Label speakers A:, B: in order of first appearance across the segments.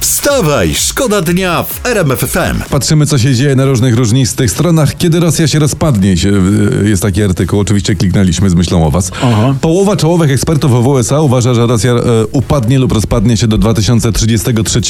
A: Wstawaj, szkoda dnia w RMF FM.
B: Patrzymy, co się dzieje na różnych różnistych stronach. Kiedy Rosja się rozpadnie, się, y, jest taki artykuł. Oczywiście kliknęliśmy z myślą o was.
C: Aha.
B: Połowa czołowych ekspertów w USA uważa, że Rosja y, upadnie lub rozpadnie się do 2033.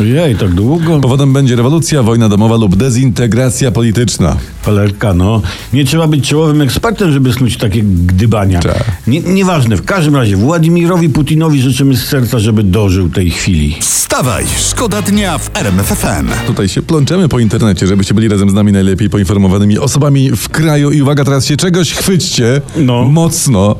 C: Jej, tak długo.
B: Powodem będzie rewolucja, wojna domowa lub dezintegracja polityczna.
C: Palerka, no. Nie trzeba być czołowym ekspertem, żeby snuć takie gdybania.
B: Tak.
C: Nie, nieważne, w każdym razie Władimirowi Putinowi życzymy z serca, żeby dożył tej chwili.
A: Wstawaj, szkoda dnia w RMF FM.
B: Tutaj się plączemy po internecie, żebyście byli razem z nami najlepiej poinformowanymi osobami w kraju. I uwaga, teraz się czegoś chwyćcie
C: No.
B: mocno.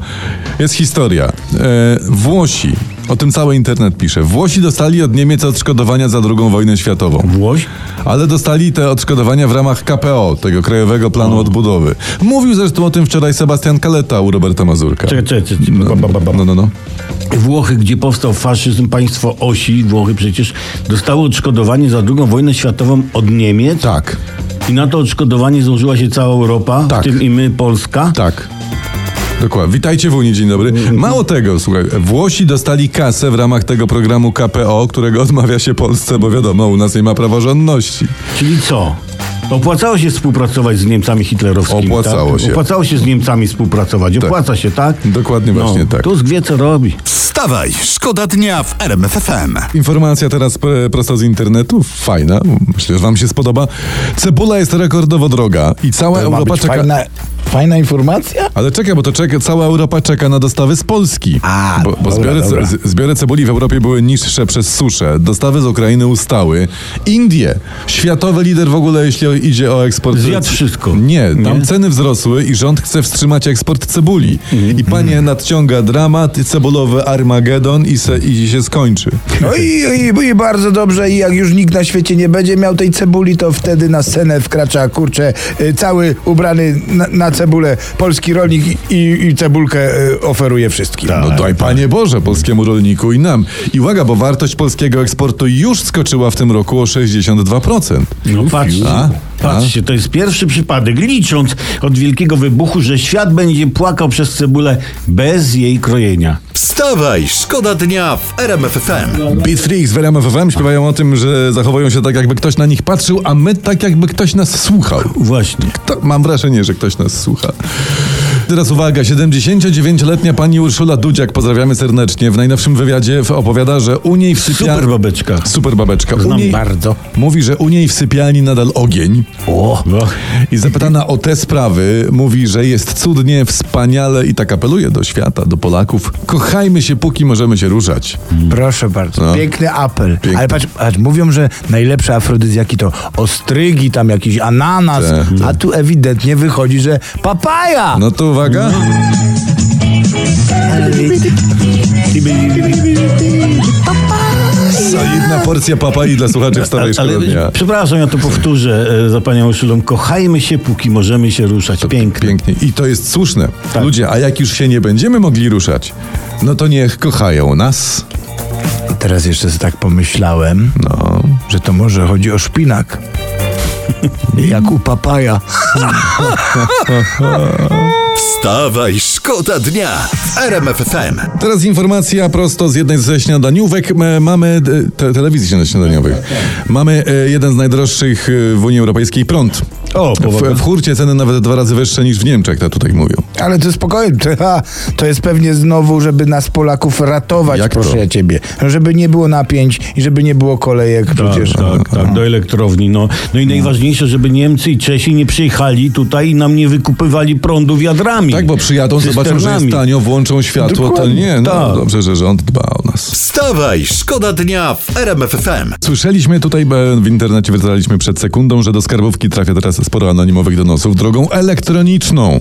B: Jest historia. E, Włosi, o tym cały internet pisze, Włosi dostali od Niemiec odszkodowania za II wojnę światową.
C: Włoś?
B: Ale dostali te odszkodowania w ramach KPO, tego Krajowego
C: No.
B: Planu Odbudowy. Mówił zresztą o tym wczoraj Sebastian Kaleta u Roberta Mazurka.
C: Czekaj, czekaj, czekaj.
B: No,
C: Ba, ba, ba, ba.
B: no, no, no.
C: Włochy, gdzie powstał faszyzm, państwo osi, Włochy przecież, dostało odszkodowanie za II wojnę światową od Niemiec.
B: Tak,
C: I na to odszkodowanie złożyła się cała Europa,
B: Tak.
C: w tym i my, Polska.
B: tak. Dokładnie. Witajcie w Unii, dzień dobry. Mało tego, słuchaj, Włosi dostali kasę w ramach tego programu KPO, którego odmawia się Polsce, bo wiadomo, u nas nie ma praworządności.
C: Czyli co? Opłacało się współpracować z Niemcami hitlerowskimi.
B: Opłacało
C: tak?
B: się.
C: Opłacało się z Niemcami współpracować. Opłaca się, tak?
B: Dokładnie właśnie tak.
C: Tusk wie, co robi.
A: Wstawaj, szkoda dnia w RMF FM.
B: Informacja teraz e, prosto z internetu, fajna, myślę, że wam się spodoba. Cebula jest rekordowo droga i cała
D: To ma
B: Europa
D: być
B: czeka...
D: fajna, fajna informacja?
B: Ale czekaj, bo to czeka, cała Europa czeka na dostawy z Polski.
D: A,
B: bo, bo
D: dobra,
B: zbiory,
D: dobra.
B: z- Zbiory cebuli w Europie były niższe przez suszę. Dostawy z Ukrainy ustały. Indie, światowy lider w ogóle, jeśli idzie o eksport.
C: Zjadł wszystko.
B: Nie, tam
C: Nie?
B: ceny wzrosły i rząd chce wstrzymać eksport cebuli.
C: Mhm.
B: I panie nadciąga dramat, cebulowy Armagedon i, se, i się skończy.
D: No i, i, i bardzo dobrze i jak już nikt na świecie nie będzie miał tej cebuli, to wtedy na scenę wkracza, kurczę, y, cały ubrany na, na cebulę polski rolnik i- i, i cebulkę y, oferuje wszystkim.
B: No
C: Tak,
B: daj Panie Boże polskiemu rolniku i nam. I uwaga, bo wartość polskiego eksportu już skoczyła w tym roku o 62%.
C: No patrzcie,
B: A?
C: patrzcie, to jest pierwszy przypadek, licząc od wielkiego wybuchu, że świat będzie płakał przez cebulę bez jej krojenia.
A: Wstawaj, szkoda dnia w RMF FM.
B: Beatrix w RMF FM śpiewają o tym, że zachowują się tak, jakby ktoś na nich patrzył, a my tak, jakby ktoś nas słuchał.
C: Właśnie.
B: To, mam wrażenie, że ktoś nas słucha. Teraz uwaga, 79-letnia pani Urszula Dudziak, pozdrawiamy serdecznie, w najnowszym wywiadzie w- opowiada, że u niej w sypialni...
C: Super babeczka.
B: Super babeczka. U
C: Znam
B: niej...
C: bardzo.
B: Mówi, że u niej w sypialni nadal ogień.
C: O,
B: I zapytana o te sprawy, mówi, że jest cudnie, wspaniale i tak apeluje do świata, do Polaków. Kochajmy się, póki możemy się ruszać.
D: Proszę bardzo. Piękny apel.
B: No. Piękny.
D: Ale patrz, patrz, mówią, że najlepsze afrodyzjaki to ostrygi, tam jakiś ananas, a tu ewidentnie wychodzi, że papaja!
B: Tak. No to uwaga. Solidna porcja papai dla słuchaczy w starej szkole
C: ale
B: dnia.
C: przepraszam, ja to powtórzę e, za panią Uszulą. Kochajmy się, póki możemy się ruszać. Piękne.
B: Pięknie. I to jest słuszne.
C: Tak.
B: Ludzie, a jak już się nie będziemy mogli ruszać, no to niech kochają nas.
D: Teraz jeszcze sobie tak pomyślałem,
B: No.
D: że to może chodzi o szpinak. Jak u papaja.
A: Wstawaj, szkoda dnia w RMF FM.
B: Teraz informacja prosto z jednej ze śniadaniówek. M- Mamy e, te, telewizji śniada- śniadaniowych. Mamy e, jeden z najdroższych e, w Unii Europejskiej prąd.
C: O, powodu.
B: W, w hurcie ceny nawet dwa razy wyższe niż w Niemczech, tak tutaj mówią.
D: Ale to spokojnie, to, ha, to jest pewnie znowu, żeby nas Polaków ratować,
B: Jak
D: proszę
B: to?
D: ja ciebie. Żeby nie było napięć i żeby nie było kolejek przecież.
C: Tak, tak, do elektrowni. No, no
B: Mm.
C: i najważniejsze, żeby Niemcy i Czesi nie przyjechali tutaj i nam nie wykupywali prądu wiadrami.
B: Tak, bo przyjadą, zobaczą, że jest
C: Cysternami.
B: tanio, włączą światło, to
C: Dokładnie,
B: nie. No,
C: tak.
B: dobrze, że rząd dba o nas.
A: Wstawaj, szkoda dnia w RMF FM.
B: Słyszeliśmy tutaj e, w internecie, wyczytaliśmy przed sekundą, że do skarbówki trafia teraz sporo anonimowych donosów drogą elektroniczną.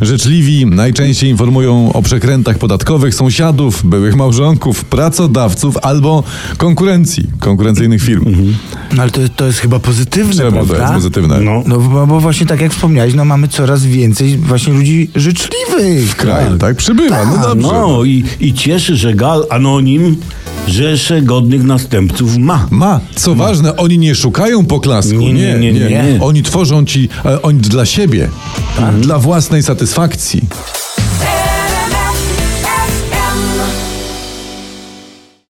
B: Życzliwi najczęściej informują o przekrętach podatkowych sąsiadów, byłych małżonków, pracodawców albo konkurencji, konkurencyjnych firm.
D: No ale to, to jest chyba pozytywne,
B: Czemu to
D: prawda?
B: jest pozytywne?
C: Mhm. No.
D: No bo, bo właśnie tak jak wspomniałeś, no mamy coraz więcej właśnie ludzi życzliwych. W
B: Kraj, tak? Przybywa, no
C: A,
B: dobrze.
C: No i, i cieszy, że Gal Anonim rzesze godnych następców ma.
B: Ma, co ważne, oni nie szukają poklasku.
C: No. Nie, nie, nie, nie, nie. Tak.
B: Oni tworzą ci, e, oni dla siebie, dla własnej satysfakcji.